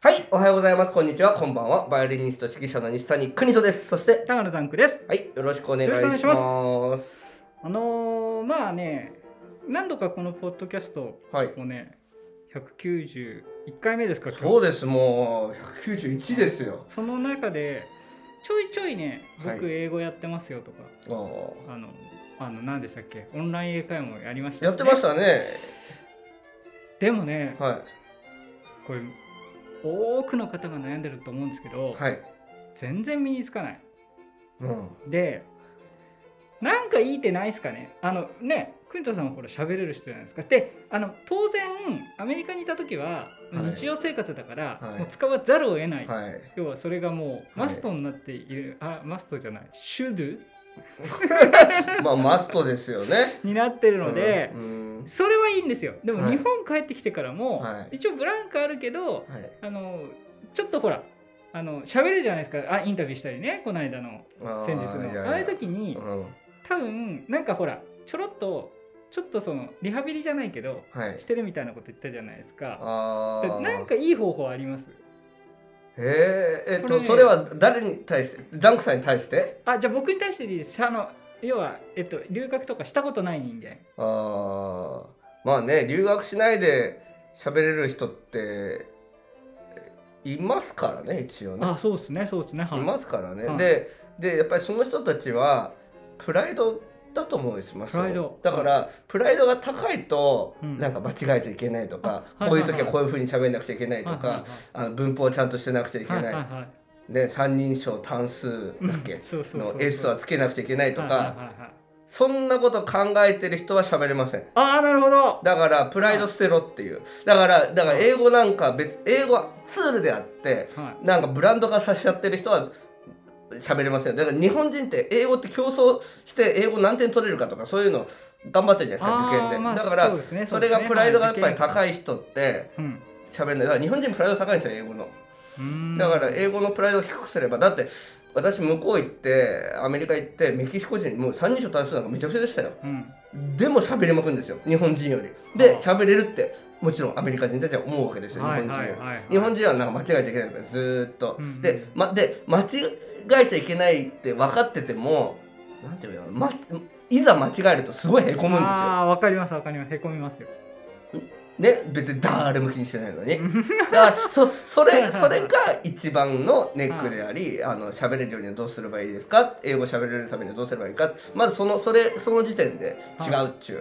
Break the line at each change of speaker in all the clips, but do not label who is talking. はい、おはようございます。こんにちは。こんばんは。バイオリニスト指揮者の西谷邦人です。そして、
高野ザンクです。
はい、よろしくお願
よろ
い
し
し
くお
ます。
あのー、まあね、何度かこのポッドキャスト
はい。
もね、191回目ですか、
そう
う
です。もう191ですよ。
その中で、ちょいちょいね、
はい
僕、英語やってますよとか、
あー
あの、あの、何でしたっけ、オンライン英会話もやりました、。
やってましたたね。
でもね、
は
これ、多くの方が悩んでると思うんですけど、
い。はい。
全然身につかない。
うん。
で、なんかいい手ないですかねあのね、クントさんはほら喋れる人じゃないですか。で、あの当然アメリカにいた時は
はい
日常生活だから、
はい
もう使わざるを得ない。
はい。
要はそれがもうマストになっている、あマストじゃないシュドゥ
まあ、マストですよね。
になってるので、
うん。うん
それはいいんですよでも
はい
日本帰ってきてからも、
はい
一応ブランクあるけど
はい。
あのちょっとほらあの喋るじゃないですかあインタビューしたりねこの間の
あー
先日の
いやいや
ああいう時に、
うん。
多分なんかほらちょろっとちょっとそのリハビリじゃないけど
はい
し。てるみたいなこと言ったじゃないですか
あ
で
あ。
なんかいい方法あります
えー、えっと、
これね
それは誰に対して、ダンクさんに対して
あじゃあ僕に対してでいいですあの要は、えっと、留学とかしたことない人間
ああまあね留学しないで喋れる人っていますからね一応ね、、
あそうですねそうですねはい
ますからね、
はい
ででやっぱりその人たちはプライドだと思うんですよ
プライド
だから、プライドが高いと、
うん
なんか間違えちゃいけないとか、
あはい
こういう
は
時
いはい
はこういうふうに喋んなくちゃいけないとか、あの文法をちゃんとしてなくちゃいけ
は
ないい、
はいはいはいはい
ね、三人称単数だっけ
うん、そうそうそう
の S はつけなくちゃいけないとか、
はいはいはいはい
そんなこと考えてる人は喋れません。
ああなるほど
だからプライド捨てろっていうだからだから英語なんか別英語はツールであって
はい
なんかブランド化させちゃってる人は喋れませんだから日本人って英語って競争して英語何点取れるかとかそういうの頑張ってるじゃないですか受験で、
あーまあ
だか
そう
ら
ですね
それがプライドがやっぱり
い、
高い人って
うん
喋れないだから日本人プライド高いんですよ英語の
うーん
だから英語のプライドを低くすればだって私向こう行ってアメリカ行ってメキシコ人もう三人称単数なんかめちゃくちゃでしたよ
うん
でも喋れまくるんですよ日本人よりで
ああ
喋れるってもちろんアメリカ人たちは思うわけですよ日本人より、
はいはい
日本人はなんか間違えちゃいけないからずーっと、
うんうん
で,、ま、で間違えちゃいけないって分かっててもなんていうの、ま、いざ間違えるとすごいへこむんですよ
ああわかりますわかりますへこみますよ
ね別に誰も気にしてないのにだからそそれそれが一番のネックでありあの喋れるようにはどうすればいいですか英語喋れるためにはどうすればいいかまずそのそれその時点で違うっちゅ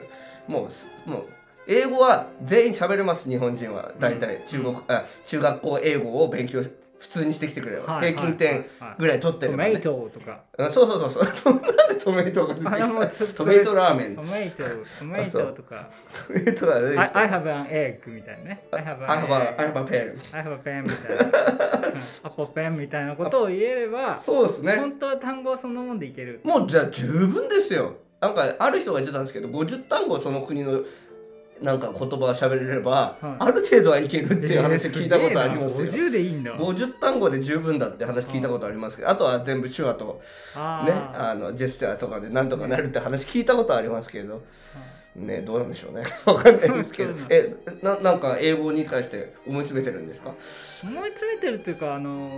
う、もうすもう英語は全員喋れます日本人は大体、
うん
中国、あ中学校英語を勉強し普通にしてきてくれれば、
はい
平均点ぐらい取ってれば、
はいはいトメイ
ね、
トと か
うんそうそうそうそう なんでトメイトが出てき
あでも
た
そ
トメイトラーメン
ト
ト
メイトトメイトとか
メイトラーメン
I,
出てきた
I have an egg みたいなね I have
I have a, I
an
have a pen
egg I have a pen みたいな うん Apple pen みたいなことを言えれば
そうですね
本当は単語はそんなもんでいける
もうじゃあ十分ですよなんかある人が言ってたんですけど50単語その国のなんか言葉を喋れれば、
はい
ある程度はいけるっていう話聞いたことありますよ、
えーげえな50でいいんだ
50単語で十分だって話聞いたことありますけど、あとは全部手話と
あ
ねあのジェスチャーとかでなんとかなるって話聞いたことありますけどねどうなんでしょうね わかんないですけど
そう
えななんか英語に対して思い詰めてるんですか
ー思い詰めてるっていうかあの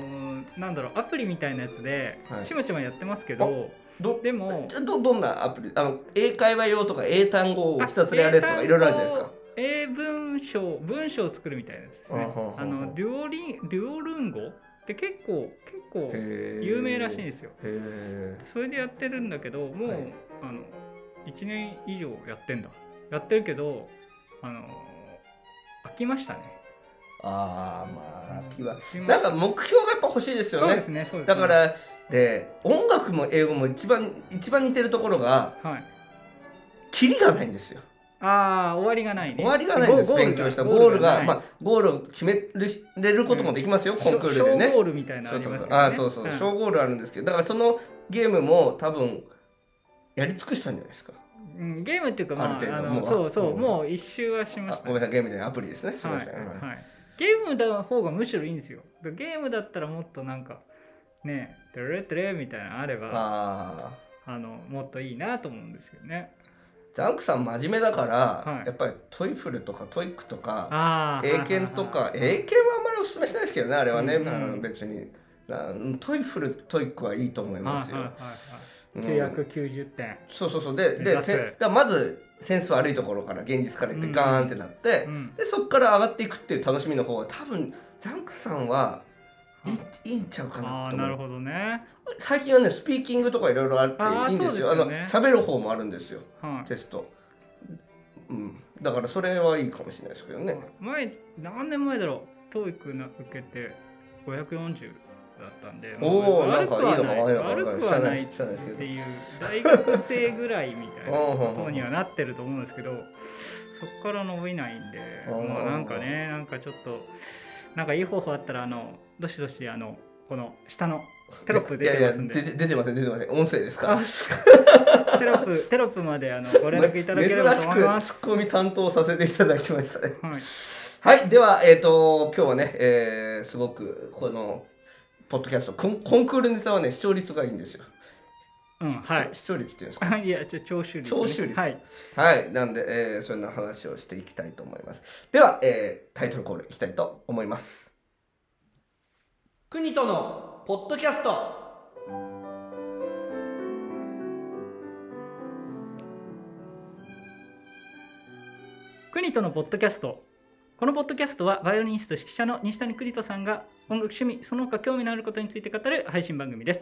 ーなんだろうアプリみたいなやつで
はい
ちまちまやってますけど
ど
でも
ちょどどんなアプリあの英会話用とか英単語をひたすらやれとかいろいろあるじゃないですか。
英文章文章を作るみたいなやつですね
あはは
あのデュオリンデュオルンゴって結構結構有
有
名らしいんですよ
へ
それでやってるんだけどもう、
はい
あの1年以上やってんだやってるけどあの飽きましたね
ああまあ秋は
飽きま
なんか目標がやっぱ欲しいですよ
そう
ね
ですねそうですね
だからで音楽も英語も一番一番似てるところが
はい
キリがないんですよ
ああ終わりがないね
終わりがないんです
ゴー
勉強したゴールが
ない
まあゴールを決めるれることもできますよ、コンクールで
小小ゴ
ね
ールみたいなの
そう
あり
そう
ます
そう
よね
あーそうそう、
ん
小ゴールあるんですけどだからそのゲームも多分やり尽くしたんじゃないですか
うんゲームっていうかまあ
ある程
あ
度
の
もう
そうそううんもう一周はしま
あ
した
ごめんなさいゲームじゃないアプリですねすい
は
ま
い
せん、はい
はい、ゲームの方がむしろいいんですよだからゲームだったらもっとなんかねえ「てれれてれ」みたいなのあればあ
ああ
のもっといいなと思うんですけどね
ザンクさん真面目だから、
はい
やっぱりトイフルとかトイックとか
ああ
英検とか英検はあんまりおすすめしないですけどねあれはね、
うん
あの別になトイフルトイックはいいと思いますよ。うん
990点
そうそうそうで
目
で
指せ
てだからまず点数悪いところから現実からいって
うん
ガーンってなって、
うん
でそこから上がっていくっていう楽しみの方は多分ザンクさんはいいいいんちゃうか
あ
な
あ
と
な
思
る
う
ほどね
最近はねスピーキングとかいろいろあ
あ
っ
ー
ていいんですよ
そう
あ
で
の
すよね
喋る方もあるんですよ
はい
テスト、うん、だからそれはいいかもしれないですけどね
前何年前だろう TOEIC の受けて540だったんで
おー
まあ
なんかいいのか悪いのか
悪
分
く
か
は
ん
な
ない
い
知らない知らないですけど
っていう大学生ぐらいみた いなことにはなってると思うんですけどそこから伸びないんで
うん
まあなんかねなんかちょっとなんかいい方法あったらあのどしどしあのこの下のテロップ出てますん
いやいや出
で
て出てません出てません音声ですから
あテロップテロップまであのご連絡いただければ
珍しく
と思
ツ
います。
ッコミ担当させていただきましたね
はい
はい、では、えっ、と、今日はね、えーすごく、この、ポッドキャストコン、コンクールネタはね、視聴率がいいんですよ。
うんはい
視視聴率っていうんですか。
あいや、ちょ聴取率、
聴取率
はい。
はい、なんで、えーそんな話をしていきたいと思います。では、えータイトルコールいきたいと思います。国とのポッドキャスト。
クニトのポッドキャスト。このポッドキャストは、バイオリニスト指揮者の西谷クニトさんが、音楽趣味、その他興味のあることについて語る配信番組です。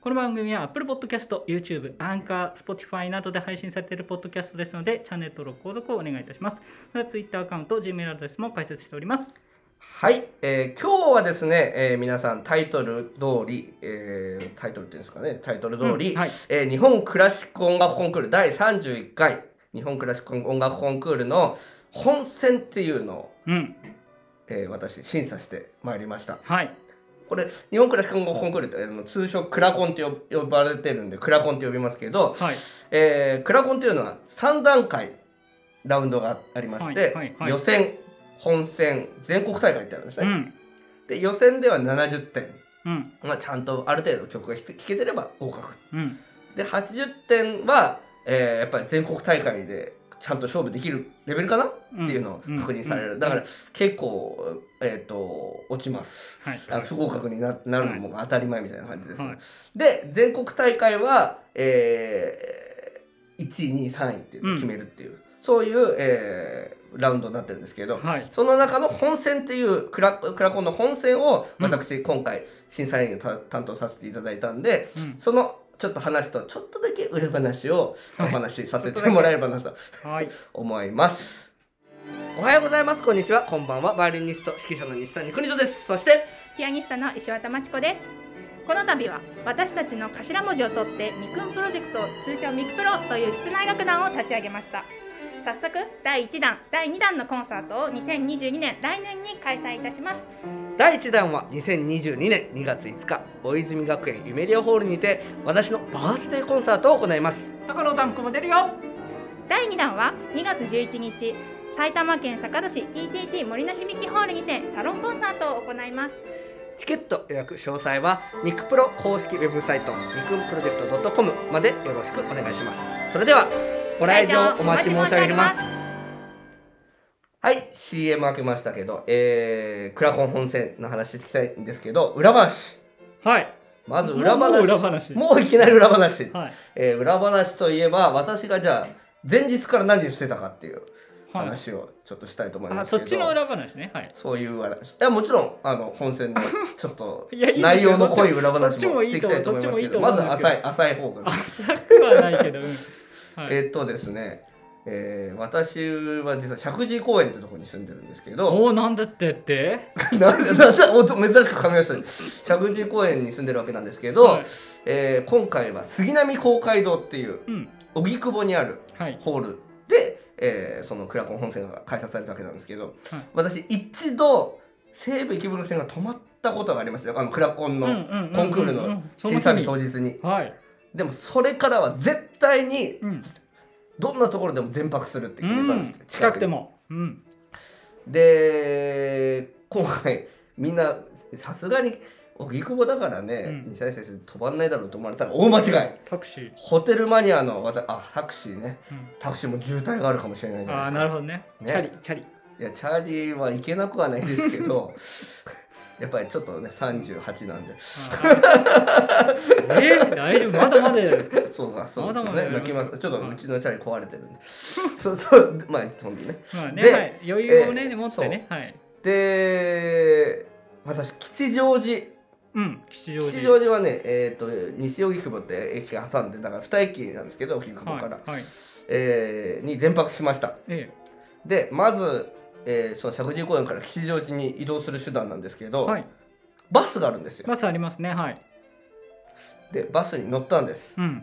この番組は Apple Podcast、YouTube、Anchor、Spotify などで配信されているポッドキャストですので、チャンネル登録、購読をお願いいたします。また Twitter アカウント、Gmail アドレスも開設しております。
はい、えー今日はですね、えー皆さんタイトル通り、えータイトルっていうんですかね、タイトル通り、
うんはい
えー日本クラシック音楽コンクール第31回日本クラシック音楽コンクールの本選っていうのを、
うん。
えー私審査してまいりました
はい。
これ日本クラシック音楽コンクールってあの通称クラコンって呼ぶ呼ばれてるんでクラコンって呼びますけど、
はい。
えークラコンっていうのは3段階ラウンドがありまして、
はいはいはい
予選本選全国大会ってあるんです
う
ね、
ん。
で予選では70点、
うん。
まあ、ちゃんとある程度曲が弾け弾けてれば合格
うん。
で80点は、えーやっぱり全国大会でちゃんと勝負できるレベルかなって
うん
いうのを確認される、
うん
だから結構、えっと落ちます
はい。
あ不合格にななるのも当たり前みたいな感じです、
はい
で全国大会は、えー、1位2位3位っていうのを決めるっていう、そういう、えーラウンドになってるんですけど、
はい。
その中の本戦っていうクラクラコンの本戦を私、今回審査員をた担当させていただいたんで、
うん。
そのちょっと話とちょっとだけ裏話をお
はい
話しさせてもらえればなと
はい。
思います。おはようございます。こんにちは。こんばんは。バイオリニスト指揮者の西谷邦人です。そして
ピアニストの石渡真知子です。この度は私たちの頭文字を取ってミクンプロジェクト通称ミクプロという室内楽団を立ち上げました。早速第1弾、第2弾のコンサートを2022年来年に開催いたします。
第1弾は2022年2月5日大泉学園ゆめりおホールにて私のバースデーコンサートを行います。
高野さん、ここも出るよ
第2弾は2月11日、埼玉県坂戸市 TTT 森の響きホールにてサロンコンサートを行います。
チケット予約詳細はミクプロ公式ウェブサイトミクンプロジェクト .com までよろしくお願いします。それではご来場お待ち申し上げます。はい、CM 開けましたけど、えー、クラコン本線の話していきたいんですけど、裏話。
はい。
まず裏話。
もう裏話
もういきなり裏話。
はい。
えー裏話といえば、私がじゃあ、前日から何をしてたかっていう
はい。
話をちょっとしたいと思いま
あ、
すけ
そ
ど。
っちの裏話ね。はい。
そういう裏話。いや、もちろん、あの、本線の、 ちょっと
いやいいですよ
内容の濃い裏話
そっち
も
も
していきたいと思いますけど、
そっちもいいと思
ま
うん
ず
ですけど
浅い、浅い方が。
浅くはないけど、うんはい、
えーっとですね、えー私は実は石神井公園ってとこに住んでるんですけど、
おおなんだってって
なんでなんだお珍しく噛みましたね石神井公園に住んでるわけなんですけど、
はい
えー今回は杉並公会堂っていう
うん
荻窪にある
はい
ホールで、えーそのクラコン本線が開催されたわけなんですけど、
はい
私一度西武池袋線が止まったことがありましたよあのクラコン
うん
の
うんうん
コンクール
うんう
の
んそ
審
日
査
に
日当日に
はい
でもそれからは絶対に
うん
どんなところでも全泊するって決めたんですけど、
うん近くて
に
もうん
で今回みんなさすがに荻窪だからね、
うん
西谷先生飛ばんないだろうと思われたら大間違い
タクシー、
ホテルマニアのわたあタクシーね
うん
タクシーも渋滞があるかもしれないじゃ
あ
ない
あなる
で
ほどね
ね
チャリチャリ
すかいやチャーリーは行けなくはないですけ どやっぱりちょっとね38なんで
あーえ ー、大丈夫まだまだやる
そうかそうです
まだまだ
ね
やりま
泣き
す
ますちょっ
は
と
いう
ちのチャリ壊れてるんでそうそうまあほんとね
まあね、
で
はい、余裕をね、
えー
持ってねはい
で私吉祥寺
うん吉祥寺
吉祥寺はね、えー、と西荻窪って駅が挟んでだから2駅なんですけど荻窪から、
はい、はい、
えーに全泊しました
え
でまず、えーその石神井公園から吉祥寺に移動する手段なんですけ
え
ど、
はい
バスがあるんですよ、
バスありますねはい
でバスに乗ったんです、
うん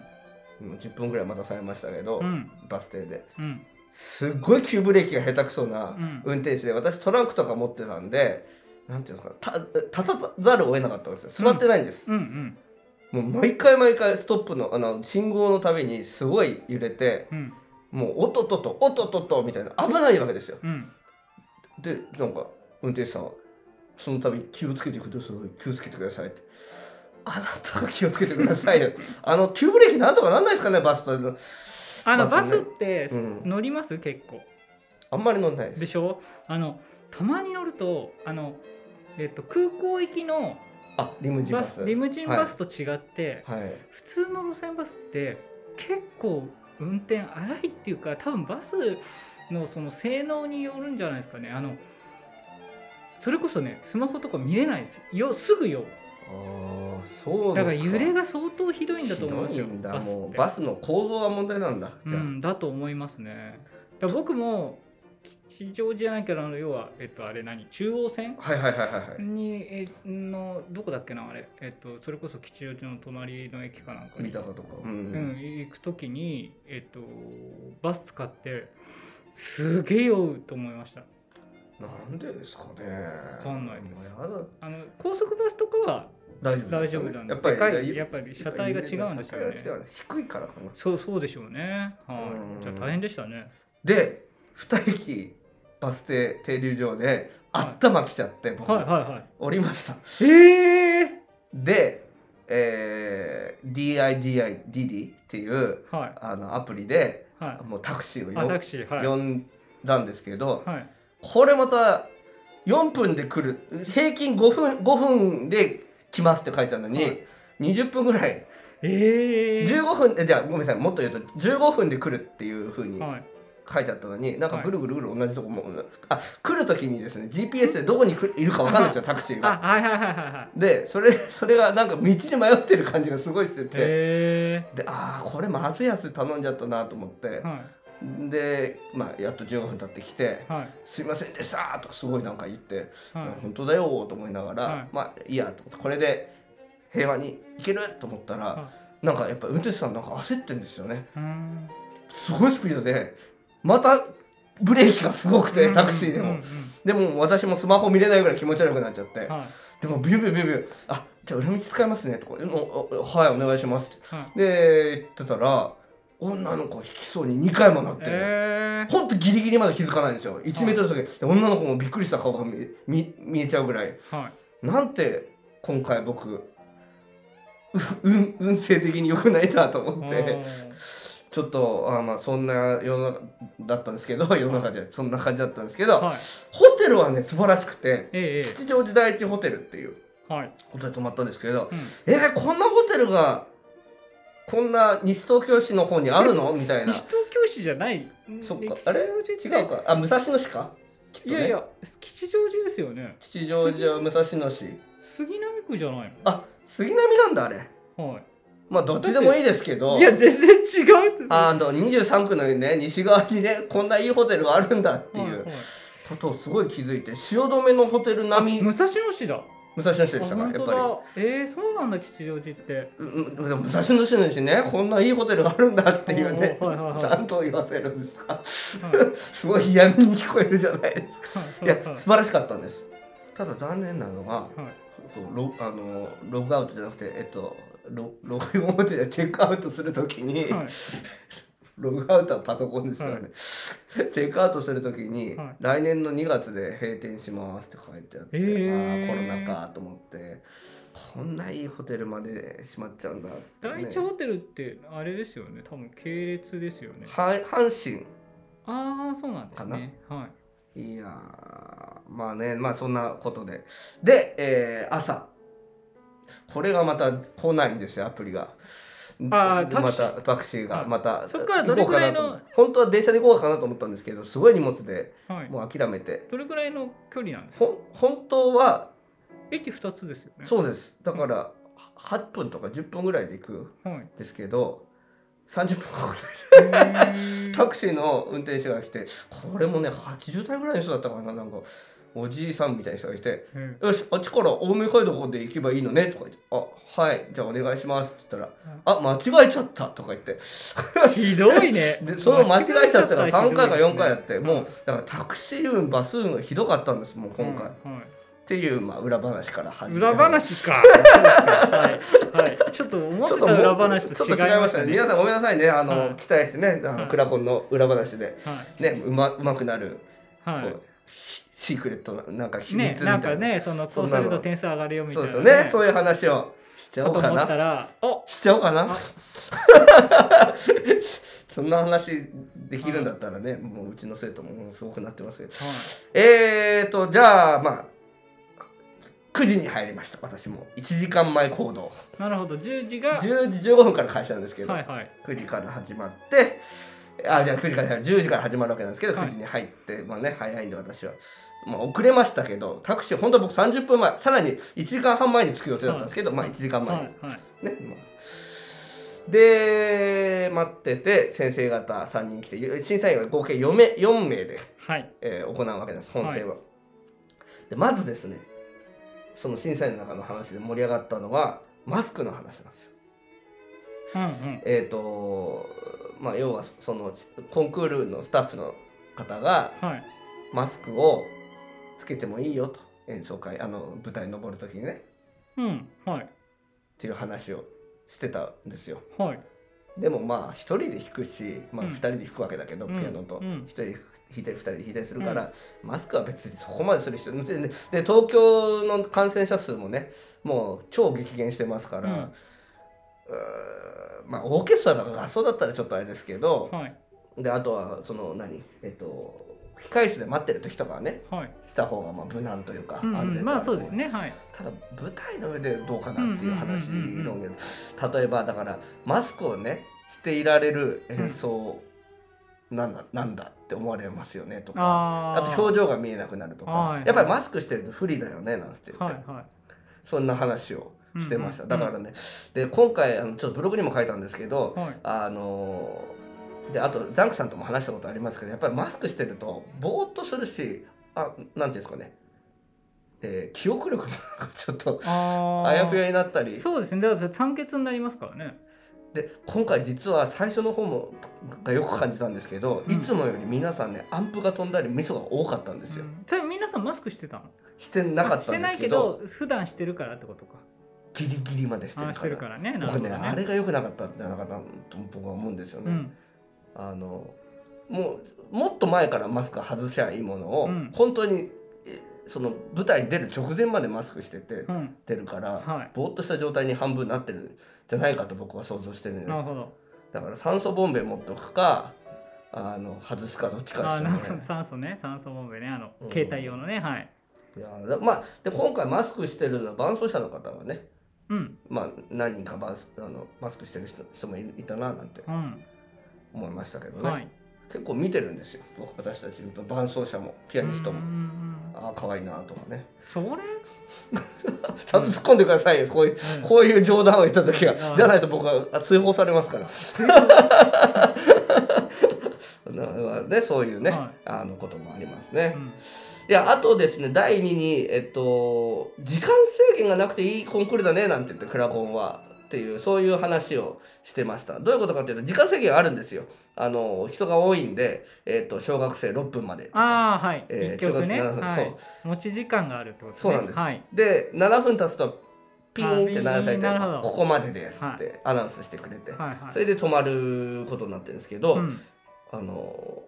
もう10分ぐらい待たされましたけど、
うん
バス停で
うん
すっごい急ブレーキが下手くそな
うん
運転手で私トランクとか持ってたんでなんていうんですかた立たざるを得なかったんですよ座ってないんです、
うんうん
もう毎回毎回ストップのあの信号のたびにすごい揺れて
うん
もうおっとっとっとおっとっとっとみたいな危ないわけですよ
うん
でなんか運転手さんはその度に気をつけてください気をつけてくださいってあなたが気をつけてくださいよあの急ブレーキなんとかなんないですかねバスとの
あのバ
バス
ス,、
ね
って
うん
乗ります、結構
あんまり乗んないです
でしょあのたまに乗るとあのえっと空港行きの
あリムジン
バ
バ
ス
ス
リムジンバスと違って、
はい
普通の路線バスって結構運転荒いっていうか多分バスのその性能によるんじゃないですかねあのそれこそねスマホとか見れないですよすぐよ
ああそう
だ
です
か
から
揺れが相当ひどいんだと思いますよ
ひどいんだ
バス
も
っ
う
て
バスの構造が問題なんだじ
う
ゃあ、
ん、だと思いますねだから僕も吉祥寺じゃないけどあの要はえっとあれ何中央線
はいはいはいはいはい
にえのどこだっけなあれえっとそれこそ吉祥寺の隣の駅かなんかに
見たことかうん、
うん、行く時に、えっと、バス使ってすげえ酔うと思いました
なんでですかね
かんないです
もうやだ
あの高速バスとかは
大丈夫
大丈夫なんで
やっぱり
でかい
ゆ
やっぱり車体が違うんですよね
車体が違うんです低いからかな
そうそうでしょうねは
う
い、
ん
じゃあ大変でしたね
で2駅バス停停留場で頭きちゃって、僕
はいはいはい
降りました
ええ
で、えー、DIDIDD っていう
ー、はい
あのアプリで
は
もうタクシーを
い
よ
あタクシーはい
呼んだんですけど、
はい
これまた4分で来る平均5分 ,5 分で来ますって書いてあるのに、
はい
20分ぐらい
ええー、
15分えじゃあごめんなさいもっと言うと15分で来るっていうふうに
はい
書いてあったのになんか
はい
ぐるぐるぐる同じとこも、あ来る時にですね GPS でどこに来るいるか分かるんです よタクシーが。
あはいはいはいはいはい
でそれそれがなんか道に迷ってる感じがすごいしてて。
え
であーこれまずいやつ頼んじゃったなと思って
えー、はい
で、まあ、やっと15分経ってきて
はい
「すいませんでした」とかすごいなんか言って
は
本当だよと思いながら、
はい
まあいいやと思ってこれで平和に行けると思ったら、
は
なんかやっぱ運転手さんなんか焦ってるんですよね
いうーん
すごいスピードでまたブレーキがすごくてタクシーでも、
うんうん
でも私もスマホ見れないぐらい気持ち悪くなっちゃって、
うんはい
でもビュービュービュービューあじゃあ裏道使いますねとか「うんおおはいお願いします」って
はい
で言ってたら女の子引きそうに2回もなって。
えー、
ほんとギリギリまで気づかないんですよ1メートル先、で女の子もびっくりした顔が見見見えちゃうぐらい
はい
なんて今回僕う運運勢的に良くないなと思ってちょっとあまあそんな世の中だったんですけど世の中でそんな感じだったんですけど、
あーはい
ホテルはね素晴らしくて
えええ
吉祥寺第一ホテルっていう
えはい
ことで泊まったんですけど
うん
えー、こんなホテルがこんな西東京市の方にあるのみたいな
西東京市じゃない
そっ
え
か
吉祥
あれ
寺
違
っ
う
て
かあ武蔵野市かきっと
い
ね
やいや吉祥寺ですよね
吉祥寺は武蔵野市
杉並区じゃない
あ杉並なんだあれ
のは
まあどっちでもいいですけど
いいや全然違う
あの23区のね西側にねこんないいホテルがあるんだっていう
はいは
ことをすごい気づいて汐留のホテル並
い
み
武蔵野市だあ
武蔵野市でしたかや
本
っ
当
ぱり
だえー、そうなんだ吉祥寺って
ううんでも武蔵野市の市ねこんないいホテルがあるんだっていうね
おうおうはいはいは い
ちゃんと言わせるんですか
はいは
すごい嫌味に聞こえるじゃないですかいや
は
素晴らしかったんですただ残念なのが
はい
そうロあのログアウトじゃなくてえっとロログイン表でチェックアウトするときに、
はい
ログアウトはパソコンですからね、チェックアウトするときに、
はい
来年の2月で閉店しますって書いてあって、
へー
ああコロナかと思ってここんないいホテルまで閉まっちゃうんだっつってね、
第一ホテルってあれですよね多分系列ですよね
は阪
ああそうなんですねはい
神いやーまあねまあそんなことでで、えー朝これがまた来ないんですよアプリが。
あータ
ま
クシー
たタクシーが
あ
また
そっからどれくらいの
行こうかなと思って本当は電車で行こうかなと思ったんですけどすごい荷物で
はい
もう諦めて
どれぐらいの距離なんですか
ほん本当は
駅2つですよね
そうですだから8分とか10分ぐらいで行く
うはい
んですけど30分ぐらいタ
タ
クシーの運転手が来てこれもね80代ぐらいの人だったかななんかおじいさんみたいな人がいて「よしあっちから青梅街道で行けばいいのね」とか言って「あはいじゃあお願いします」って言ったら「あ間違えちゃった」とか言って
ひどいね
でその間違えちゃったから3回か4回やっても
う
うだからタクシー運バス運がひどかったんですもう今回、っ
はいはい
ていう、まあ、裏話から始
裏話か。そうですかはい、はい、ちょっと思って
ちょったともう
裏話
ち
と
ょっ
違
と違い
いま
ました
し
たね
ね。
皆さんごめんなさいねあの、
はい
期待してねあの、
はい
クラコンの裏話で
は
ねうまうまくなる、
い、は
こ
いう
シークレットななんか秘密み
ね、
たいな,、
なんかね、そのこ
そ
うんす
なの
ると点数上がるよみた
そ
いう
です
な、
よねそういう話をしちゃ
か
おう
と
か
思った
な
ら、お、
しちゃおうか
あ
な そんな話できるんだったらね、もううちの生徒ももうすごくなってますけどえーとじゃあまあ9時に入りました私も1時間前行動
なるほど、10時が、は
10時15分から開始なんですけ
い
ど、
はい、
9時から始まってあじゃあ9時から10時から始まるわけなんですけど、
はい
9時に入ってまあね早いんで私は、まあ、遅れましたけどタクシー本当は僕30分前さらに1時間半前に着く予定だったんですけど、まあ1時間前に、
はいはい、
ね、まあで待ってて先生方3人来て審査員は合計4名 ,4 名で
はい、
えー行うわけなんです本戦は、でまずですねその審査員の中の話で盛り上がったのはマスクの話なんですよ
うんうん、
えっ、とまあ要はそのコンクールのスタッフの方が
はい、
マスクをつけてもいいよと演奏会あの舞台に登る時にね
うん、はい、
っていう話をしてたんですよ
はい、
でもまあ一人で弾くし、まあ、
うん
二人で弾くわけだけど、
うん
ピアノと、
う
一
ん
人で弾いたり二人で弾いたりするから、マスクは別にそこまでする必要でで東京の感染者数もねもう超激減してますから、う
う
んーんまあオーケストラとか合奏だったらちょっとあれですけど、
はい、
であとはその何えっと控室で待ってる時とかはね
はい、
した方がまあ無難というか、
うん
安
うん、
全
ま
な
あそうですね、はい、
ただ舞台の上でどうかなっていう話
うんうんうんうん
論言例えばだからマスクをねしていられる演奏なんだ,、なんだって思われますよねとか
あ
あ
ー
と表情が見えなくなるとか、
はい
やっぱりマスクしてると不利だよねなんて言って、
はいは
そんな話をしてました、
うんうんうん
だからねで今回あのちょっとブログにも書いたんですけど
い、はい、
あのであとザンクさんとも話したことありますけどやっぱりマスクしてるとぼーっとするしあなんていうんですかね、えー記憶力もなんかちょっと
あー
あやふやになったり
そうですね、だから酸欠になりますからね、
で今回実は最初の方もがよく感じたんですけど、
うん
いつもより皆さんねアンプが飛んだりミスが多かったんですよ、
うんそれ皆さんマスクしてたの
してなかったんですけど
してないけど普段してるからってことか
ギリギリまでして
あ
る
し
か
て
ら
るからねなるほ
僕
ど
ね
ね
あれが良くなかったんじゃないかなと僕は思うんですよ
う
ね、
ん
あのもうもっと前からマスク外しゃいいものを、
うん
本当にえその舞台に出る直前までマスクしてて、
うん
出るから、
はい
ぼーっとした状態に半分なってるんじゃないかと僕は想像してるんで
なるほど
だから酸素ボンベ持っとくかあの外すかどっちかで
あ
すよ
な
ね
るほど酸素ね酸素ボンベねあの
うん
携帯用のねはい
いやだまあで今回マスクしてるのは伴奏者の方はね
うん
まあ何人かバスあのマスクしてる人人もいいたななんて
うん
思いましたけどね、
はい
結構見てるんですよ僕私たちの伴奏者もピアニスト
うんう
も。
んうん
ああ可愛いなとかね
それ
ちゃんと突っ込んでくださいよこういう
うん
こういう冗談を言った時は
うん
じゃないと僕はあ追放されますから なねそういうね、
は
あのこともありますね、
うん
いやあとですね第2に、えっと、時間制限がなくていいコンクールだねなんて言ってクラコンはっていうそういう話をしてましたどういうことかっていうと時間制限あるんですよあの人が多いんで、えっと、小学生6分までとか
ああはい
えー
一曲ね
中学生
は
そ
い持ち時間があるってことね
そうなんです
はい
で7分経つとピーンって鳴らされて
あピーンなるほど
ここまでですってアナウンスしてくれて、
はいはい
それで止まることになってるんですけど、
うん
あの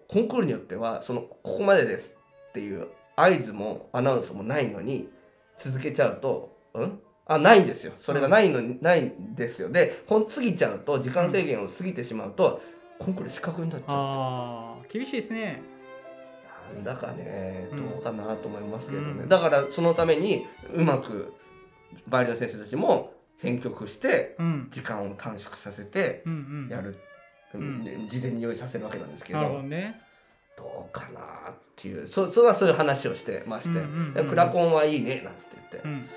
コンクールによってはそのここまでですっていう合図もアナウンスもないのに続けちゃうと「んあないんですよそれがないのに、ないんですよでほん過ぎちゃうと時間制限を過ぎてしまうと、コンクール資格になっちゃう
ああ厳しいですね
なんだかね
うん
どうかなと思いますけどね、
うん
だからそのためにうまくバイオリンの先生たちも編曲して
うん
時間を短縮させて
うんうん
やる、
うん
うん事前に用意させるわけなんですけど、
なるほどね
どうかなっていうそそれはそういう話をしてまして、
うんうんうん
でクラコンはいいねなんつって言って、
うん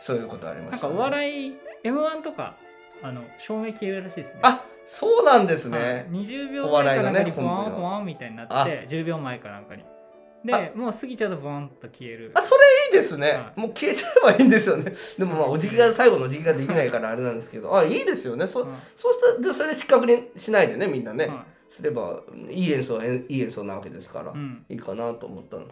そういうことありま
なん
し
か
たね、
お笑い m 1とかあの照明消えるらしいですね
あそうなんですね、
はい20秒
お
前
笑い
か
の
なん
ね
かにボワ
本
ン
部の
ボワンみたいにな
あ
って10秒前かなんかにでもう過ぎちゃうとボワンと消える
あそれいいですね、
はい
もう消えちゃえばいいんですよね でもまあお辞儀が最後のお辞儀ができないからあれなんですけどあいいですよねそ,、う
うん
そうしたでそれで失格にしないでねみんなね、
は
すればいい演奏はいい演奏なわけですから、
いうん
いいかなと思ったの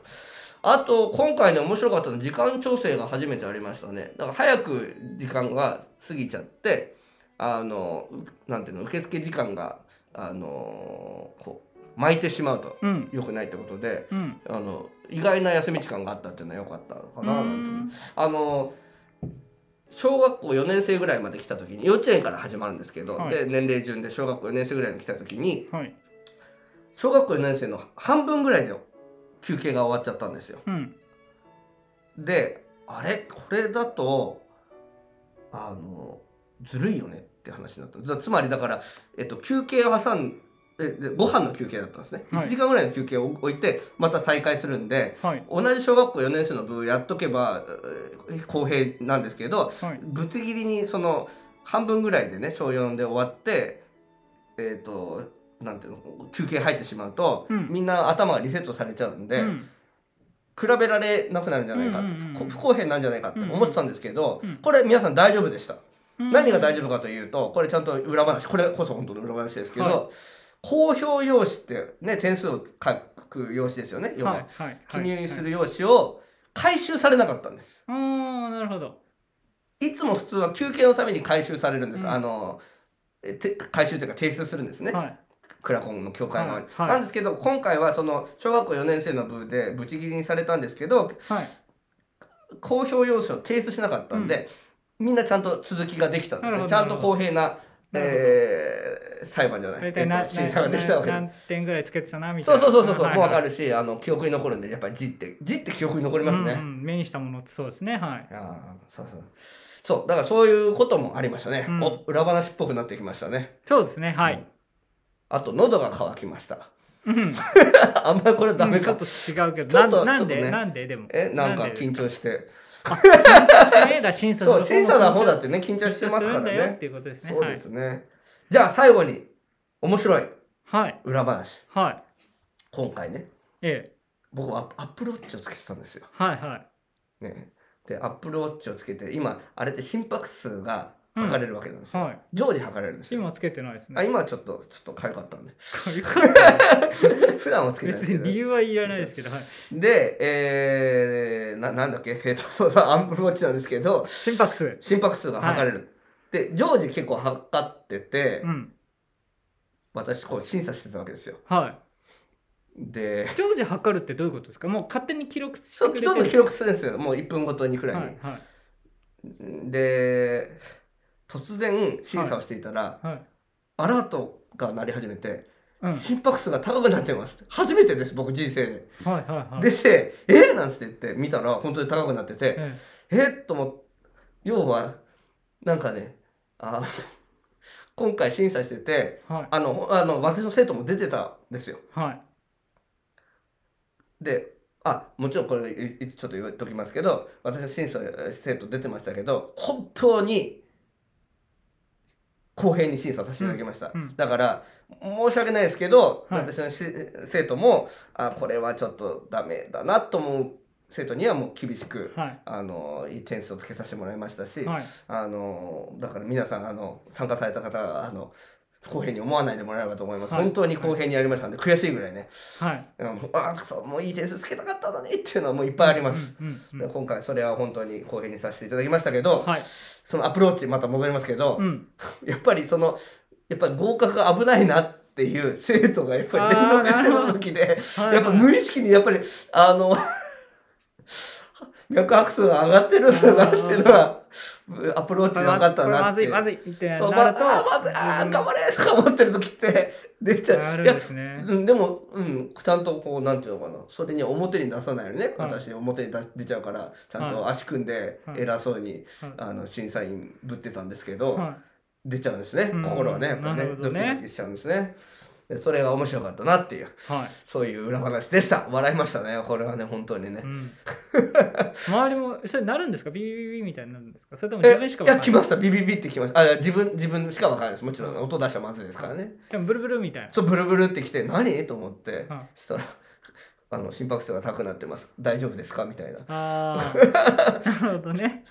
あと今回ね面白かったのは時間調整が初めてありましたねだから早く時間が過ぎちゃってあのうなんていうの受付時間があのこう巻いてしまうと
うん
良くないってことで
うん
あの意外な休み時間があったっていうのは良かったのかななんて思うあの小学校4年生ぐらいまで来た時に幼稚園から始まるんですけど、
はい
で年齢順で小学校4年生ぐらいに来た時に
はい
小学校4年生の半分ぐらいで休憩が終わっちゃったんですよ。
うん
であれこれだとあのずるいよねって話になっただつまりだから、えっと、休憩を挟んででご飯の休憩だったんですね、
はい
1時間ぐらいの休憩を置いてまた再開するんで
はい
同じ小学校4年生の部やっとけばえー公平なんですけど
はい
ぶつ切りにその半分ぐらいでね小4で終わってえっ、となんていうの休憩入ってしまうと、
うん
みんな頭がリセットされちゃうんで。
うん
比べられなくなるんじゃないかって、
うんうんうん
こ不公平なんじゃないかって思ってたんですけど、
うんうん
これ皆さん大丈夫でした、
うん
何が大丈夫かというとこれちゃんと裏話これこそ本当の裏話ですけど、
は
公表用紙ってね点数を書く用紙ですよね要は、
はいはい
記入す
はい
る用紙を回収されなかったんです、
ああなるほど
いつも普通は休憩のために回収されるんです、
うん
あのえて回収というか提出するんですね、
はい
クラコンの教会側に、
はいはい
なんですけど今回はその小学校4年生の部でブチ切りにされたんですけど
はい
公表要旨を提出しなかったんで、みんなちゃんと続きができたんで
な
す
る
ね
ほど
ちゃんと公平な
なるほど
えー裁判じゃない、え
大体な
っと審査ができたわけ
な
で
何点ぐらいつけてたなみ
す
た
そ
いうな
そうそうそうそう、
はい
もう
はい
分かるしあの記憶に残るんでやっぱり字って字って記憶に残りますね、
うんうん目にしたものってそうですねはい
ああそうそうそうだからそういうこともありましたね、
うん
お裏話っぽくなってきましたね
そうですねはい
あと喉が渇きました
うん
あんまりこれダメ
うんち
か、
ょっと違うけ
ちょ
ど
っと
ななん
ちょっと
で
ね
なんででも
えなんか
で
緊張して
ねだ審査
そ
の方
う
も
審査の方だってね緊張してますから
緊張するんだよっ
ね
ていうことですね
そうですね、じゃあ最後に面白い
はい
裏話
はいはい
今回ね
ええ
僕はアップルウォッチをつけてたんですよ。
はいはい
ね、でアップルウォッチをつけて今あれって心拍数が測れるわけなんですよ。
はい
常時測れるんですよ。
今つけてないです
あ
ね
今はちょっとちょっとかゆかったんで 普段はつけてないんで す
別
け
に
ど
理由はいらないですけどはい
で、えー、ななんだっけえっと そうそうアップルウォッチなんですけど
心拍数
心拍数が測れる。で常時結構測ってて、
うん
私こう審査してたわけですよ。
は
で
い常時測るってどういうことですかもう勝手に記録して
そう
くれて
どんどん記録するんですよもう1分ごとにくらいに。
はいはい
で突然審査をしていたら、
はい
アラートが鳴り始めて、
うんはい
心拍数が高くなってます初めてです僕人生で、
はいはい
でせえー、なんつって言って見たら本当に高くなってて、
え
えー、と思っ要はなんかねあー今回審査してて
えはい
あのあの私の生徒も出てたんですよ
はい
であもちろんこれいいちょっと言っときますけど私の審査生徒出てましたけど本当に公平に審査させていただきました、
うんうん
だから申し訳ないですけど、
はい
私のし生徒もあこれはちょっとダメだなと思う生徒にはもう厳しく、
はい
あのいい点数をつけさせてもらいましたし、
はい
あのだから皆さんあの参加された方はあの不公平に思わないでもらえればと思います、
はい
本当に公平にやりましたんで、悔しいぐらいね
はい
うんもうああくそもういい点数つけたかったのにっていうのはもういっぱいあります、
うんうん
で
うん
今回それは本当に公平にさせていただきましたけど、
はい
そのアプローチまた戻りますけど、
うん
やっぱりそのやっぱり合格が危ないなっていう生徒がやっぱり連続してる時で
あーなるほど
やっぱ無意識にやっぱりあの 脈拍数が上がってるんだなっていうのはアプローチ
これ
なかったな
ま
っ
ず
て
いまずいってなる
そ
と
うまあまずあー頑張れとか思ってる時って出ちゃ
な
う
るん
いや
ですね
うん、でも、うん、ちゃんとこうなんていうのかなそれに表に出さないよね、私表に出出ちゃうからちゃんと足組んで
はい
偉そうに、
はい
あの審査員ぶってたんですけど、
は
出ちゃうんですね
うん
心はねやっぱね
なるほ
ド
ど
キ
ね
ドキしちゃうんですねでそれが面白かったなっていう
いはい
そういう裏話でした笑いましたねこれはね本当にね
う、 ん周りもそれなるんですかビビビビみたいになるんですかそれとも
え
自分しか
い
わか
や
んない
来ましたビビビって来ましたあ自分自分しかわからないですもちろん音出しちゃまずいですからね
でもブルブルみたいな
そうブルブルって来て何と思って
うん
そしたらあの心拍数が高くなってます大丈夫ですかみたいな
ああなるほどね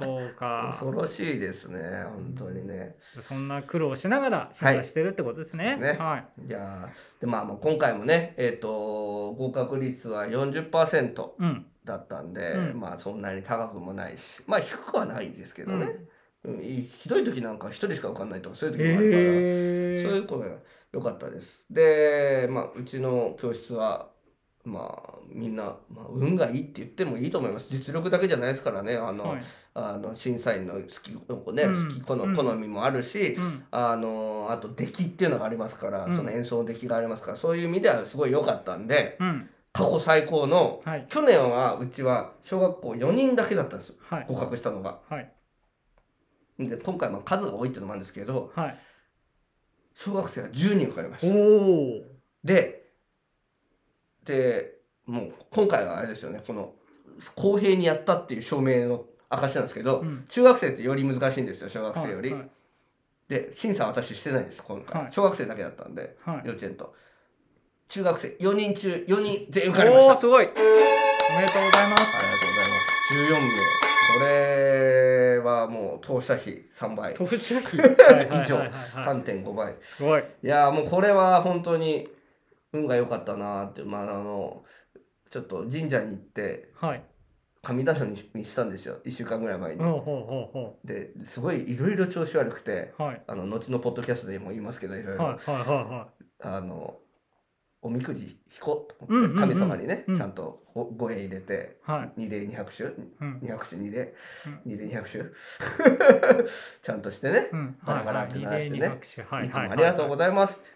そうか
恐ろしいですね本当にね
そんな苦労しながら進化してるってことですね。
はいそうですね
はい。
いやーでまあもう今回もねえっ、と合格率は40%
うん。
だったんで、
うん
まあそんなに高くもないしまあ低くはないですけどね、うんいひどい時なんか一人しか受かんないとかそういう時もあるから、
え
そうい
ー。
うことが良かったです。で、まあ、うちの教室は、まあ、みんな、まあ、運がいいって言ってもいいと思います。実力だけじゃないですからね、あの、
はい。
あの審査員の好き、ね、
うん
好きこの、
うん
好みもあるし、
うん。
あの、あと、出来っていうのがありますから、
うん
その演奏の出来がありますから、そういう意味ではすごい良かったんで、
うん。
過去最高の、
はい。
去年はうちは小学校4人だけだったんですよ。
はい。
合格したのが。
はい。
で、今回、まあ、数が多いっていうのもあるんですけど、
はい。
小学生は10人受かりました
お。お。
ででもう今回はあれですよねこの公平にやったっていう証明の証なんですけど、
うん
中学生ってより難しいんですよ小学生より、
はいはい
で審査は私してないです今回、
はい
小学生だけだったんで
はい。
幼稚園と中学生4人中4人全員受かりまし
お
た
おー、すごい。おめでとうございます。
ありがとうございます14名これはもう投射費3倍
特殊費。はいはい
以上
はいはいはい。
3.5倍
すごい。
いやーもうこれは本当に運が良かったなーってまああのちょっと神社に行って
はい。
神出しにしにしたんですよ1週間ぐらい前に
ほう。ほうほうほ
ですごいいろいろ調子悪くて
う。はい。
あの後のポッドキャストでも言いますけどいろい
はい
ろ
はいはいは
あのおみくじ引こうと
うん
思
う
っ
んう
て
ん
神様にね
うん
ちゃんとごご縁入れて
い。はい。
二礼二拍手
うん。
二拍手二礼
うん
二礼二拍手 ちゃんとしてね
うん。
ガラガラって鳴らしてね
はいはい二礼二拍手はい
いつ
は
も
い
ありがとうご
ざい
ざいますって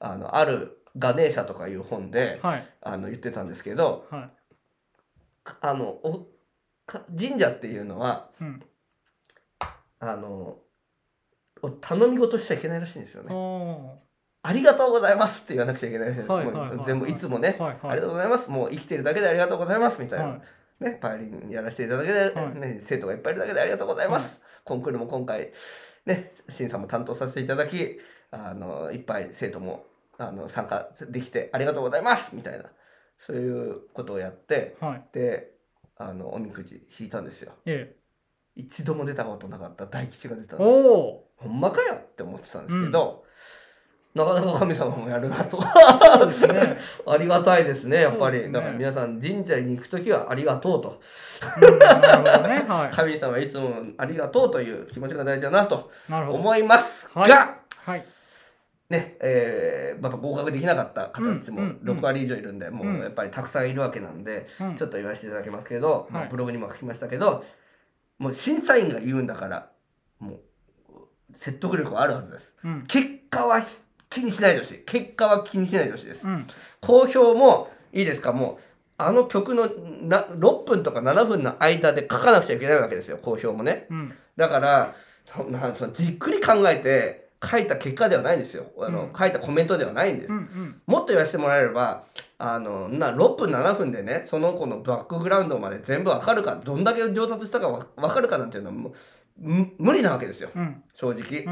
あのあるガネーシャとかいう本で
ます。はい。
あの言ってたんですけど
はい。
かあのおか神社っていうのは
うん。
あのお頼み事しちゃいけないらしいんですよ
お
ね。
お
ありがとうございますって言わなくちゃいけないらしいんです。
はいはいはいはい
もう全部いつもね、
ー。はい
ありがとうございます。もう生きてるだけでありがとうございますみたいな、
はい。
ね、パイリンやらせていただけで、
はい
ね、生徒がいっぱいいるだけでありがとうございます。コンクールも今回ね、審査も担当させていただき、あのいっぱい生徒もあの参加できてありがとうございますみたいなそういうことをやって、
はい。
であのおみくじ引いたんですよ
え
一度も出たことなかった大吉が出たん
え。
です
おお。
ほんまかよって思ってたんですけど、なかなか神様もやるなと
そうですね。
ありがたいですねやっぱり、
そうですね
だから皆さん神社に行く時はありがとうと
うんなるほ どね。は
神様いつもありがとうという気持ちが大事だなと
い。なるほど。
思いますが、
はいはい。
ねえーまた合格できなかった方たちも
うんうんうん
6割以上いるんで、
うん
もうやっぱりたくさんいるわけなんで、
うん
ちょっと言わせていただきますけど、まあ
はい
ブログにも書きましたけど、もう審査員が言うんだから、もう説得力はあるはずです。
うん。
結果はひ気にしないでほしい。結果は気にしないでほしいです
う。ん。
公表もいいですか、もう、あの曲のな6分とか7分の間で書かなくちゃいけないわけですよ、公表もね。
うん。
だから、そなそのじっくり考えて書いた結果ではないんですよ。あの
うん
書いたコメントではないんです
う。ん。
もっと言わせてもらえればあのな6分7分でねその子のバックグラウンドまで全部わかるかどんだけ上達したかわわかるかなんていうのはもうむ無理なわけですよ
うん。
正直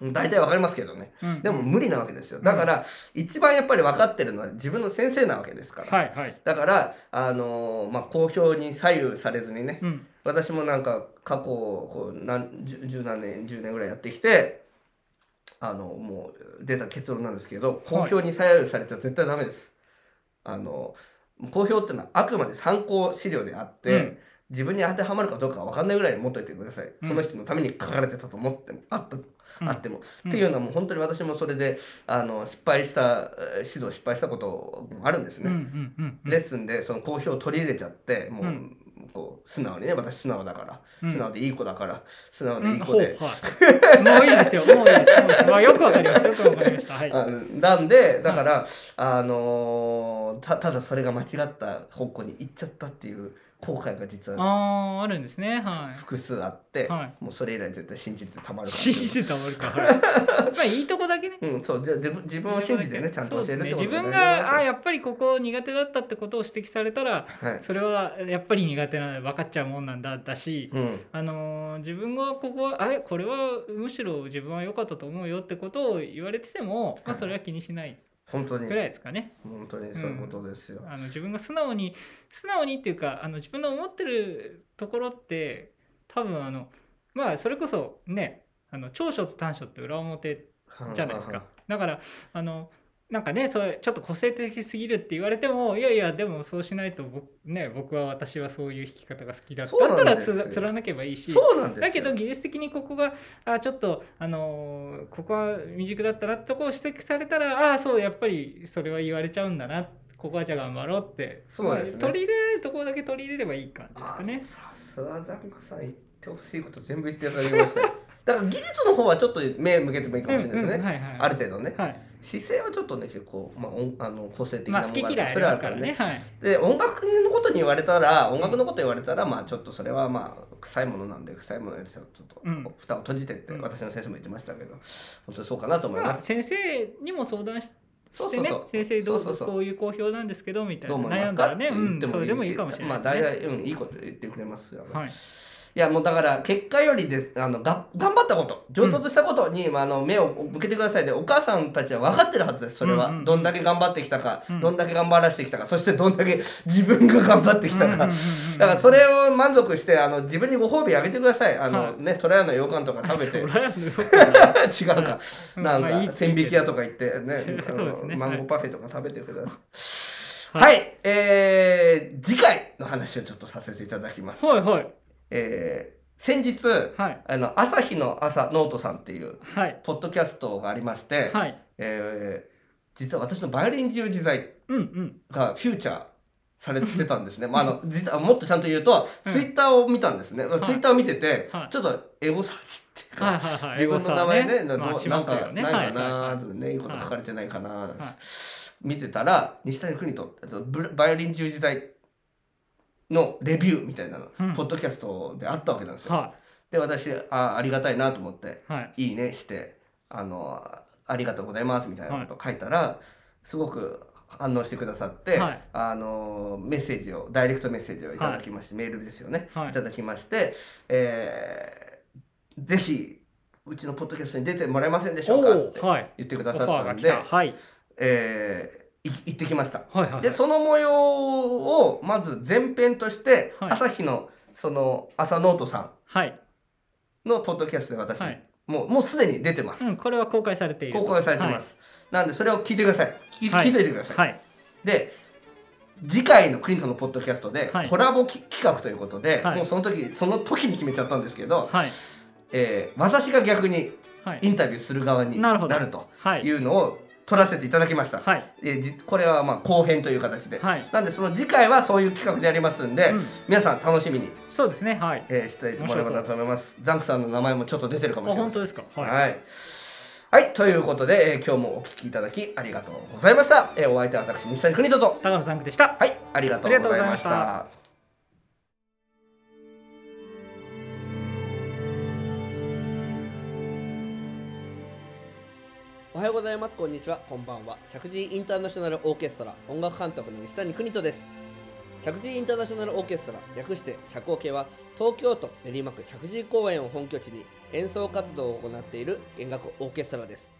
う、ん。
大体わかりますけどね
うん。
でも、無理なわけですよだから、一番やっぱり分かってるのは自分の先生なわけですから、
はいはい。
だからあのーまあ公表に左右されずにね
うん。
私もなんか過去こう何十十何年10年ぐらいやってきてあのもう出た結論なんですけど公表に左右されちゃ絶対ダメです。あの公表ってのはあくまで参考資料であって、自分に当てはまるかどうか分かんないぐらい持っといてください、
うん
その人のために書かれてたと思ってあったあっても、
うん
っていうのはもう本当に私もそれであの失敗したえー指導失敗したこともあるんです
うんう
ね、
んうんうん
レッスンでその好評を取り入れちゃってもう,、
うん
こう素直にね私素直だから、
うん
素直でいい子だから素直
う
でい
ん
い
ほ
子
う
で、
はいもういいですよもういいですもういいですまあよくわかりましたよくわかりましたはい
あなんでだから、あのーたただそれが間違った方向に行っちゃったっていう後悔が実は
あーあるんですねは
複数あって、
はい
もうそれ以来絶対信じてたまる
い
から
信じてたまるかはい まあいいとこだけね
うん、そうじゃあ自分自分を信じてねちゃんと教えるってこと
そうですね自分
大事だ
があー
な
やっぱりここ苦手だったってことを指摘されたら
とはい、
それはやっぱり苦手なの分かっちゃうもんなんだだし、
うん
あのー自分がここはあれこれはむしろ自分は良かったと思うよってことを言われてても、まあ、
はい
それは気にしない
本当に
ぐらいですかね、
本当にそういうことですよ、
あの自分が素直に素直にっていうかあの自分の思ってるところって多分あのまあそれこそねあの長所と短所って裏表
うん
じゃないですか。だからあのなんかねそれちょっと個性的すぎるって言われてもいやいやでもそうしないと僕,、ね、僕は私はそういう弾き方が好きだだっ
そう
た
な
ら
んですよ
つ貫けばいいし
そうなんですよ
だけど技術的にここがあちょっと、あのーここは未熟だったなってとこを指摘されたらああそうやっぱりそれは言われちゃうんだなここはじゃあ頑張ろうって
そうですね
まあ取り入れられるところだけ取り入れればいい感じです
あ
かね。
さすがザンクさん言ってほしいこと全部言っていただきま したよだから技術の方はちょっと目向けてもいいかもしれないですね、
うんうんはいはい
ある程度ね、
はい、
姿勢はちょっとね結構、まあ、おんあの個性的
ま
な
あ
も
好
の
き
が
嫌いあ
そ
り
れはある
ますか
からら
ね。
ね
はい
で音楽のことに言われたら音楽のこと言われたらまあちょっとそれはまあ臭いものなんで臭いものでちょっと、
うん
蓋を閉じてって
うん
私の先生も言ってましたけど本当にそうかなと思いま
まあ、
す、
先生にも相談し
そう
し
そう
てね
そう
先生ど
そ
う
うそうそう
こういう好評なんですけどみたい
ど
な
う思いま
悩
す
ん
か
だ
っ
ら
て
ね、う
言っ
ん、
て
そ
もいい
れ
し、
でもいいかもしれ
ま
ない
あ
です
大
ね。
体、うん、いいこと言ってくれますよ、、
はいい、
やもうだから結果よりですあのが頑張ったこと上達したことに、まあ、あの目を向けてくださいでお母さんたちは分かってるはずですそれは、
うんうん
どんだけ頑張ってきたか、
うん
どんだけ頑張らせてきたかそしてどんだけ自分が頑張ってきたか、だからそ
れ
れを満足してあの自分にご褒美あげてくださいあの、
はい
ねトラヤの羊羹とか食べ て違うか、
う ん
なん
まあいい
か
って言うけど
千匹屋とか行ってね あの
そうですね
マンゴーパフェとか食べてくださいは、
はい
えー、次回の話をちょっとさせていただきます、
はいはい
えー、先日
はい
あの朝日の朝ノートさんっていう
はい
ポッドキャストがありまして、
はい
えー実は私のバイオリン自由自在
うんうん
がフューチャーされてたんですね。まあ、あ の、実はもっとちゃんと言うと、
うん
ツイッターを見たんですね。
い
ツイッターを見てて、
はい
ちょっとエゴサーチっていうか、
はいはいは
自
い
分の名前ね、
エゴサ
など
は
う
まあし
な
ま
ん
すよ
か、
ね
ないか
はいはい
な
はい
とかね、いいこと書かれてないかな、
い
見てたら、西谷邦人、あとブバイオリン十字隊のレビューみたいなの、
うん
ポッドキャストであったわけなんですよ。
は
で、私、あありがたいなと思って、
いはい
いいねして、あの、ありがとうございますみたいなことを書いたら、すごく反応してくださって、
はい
あの、メッセージを、ダイレクトメッセージをいただきまして、メールですよね、
はい
い、ただきまして、えーぜひ、うちのポッドキャストに出てもらえませんでしょうか
お
って
ーはい
言ってく
オ
だ
フ
さ
ァ
っ
ー
た
が
ん
来
で、
たはい
えーい行ってきました。
はいはい
で、その模様を、まず前編として、
はい
朝日の、その、朝ノートさ
はい
んのポッドキャストで私、
はい
もう、もうすでに出てます。
うんこれは公開されている
公開されてます、なんでそれを聞いてください聞,、
は
い、
い
聞いといてください、
はい
で次回のクリントンのポッドキャストで
はい
コラボき企画ということで、
はい
もうその時その時に決めちゃったんですけど、
はい
えー私が逆に
は
イ
い
ンタビューする側に
な
な
るほど
ると
はい
いうのを取らせていただきました、
はい
えーじこれはまあ後編という形で、
はい
なんでその次回はそういう企画でやりますんで、
うん
皆さん楽しみに、
そうですねはい
えーしてもらえればなと思いますザンクさんの名前もちょっと出てるか
あ
もしれま
本
せん
当ですかはい
はい。はい、ということで、えー今日もお聞きいただきありがとうございました。えーお相手は私、西谷邦人と。
高野さんでした
はい、ありがとうございまし
ありがとうござい
た。おはようございます。こんにちは。こんばんは。石神井インターナショナルオーケストラ音楽監督の西谷邦人です。石神井インターナショナルオーケストラ略して社交系は東京都練馬区石神井公園を本拠地に演奏活動を行っている弦楽オーケストラです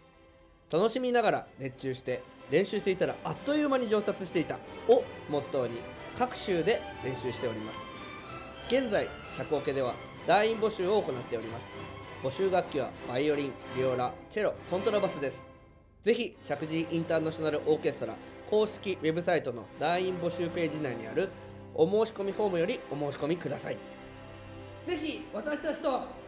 楽しみながら熱中して練習していたらあっという間に上達していたをモットーに各州で練習しております現在社交系では団員募集を行っております募集楽器はバイオリンビオラチェロコントラバスですぜひ石神井インターナショナルオーケストラ公式ウェブサイトの団員募集ページ内にあるお申し込みフォームよりお申し込みくださいぜひ私たちと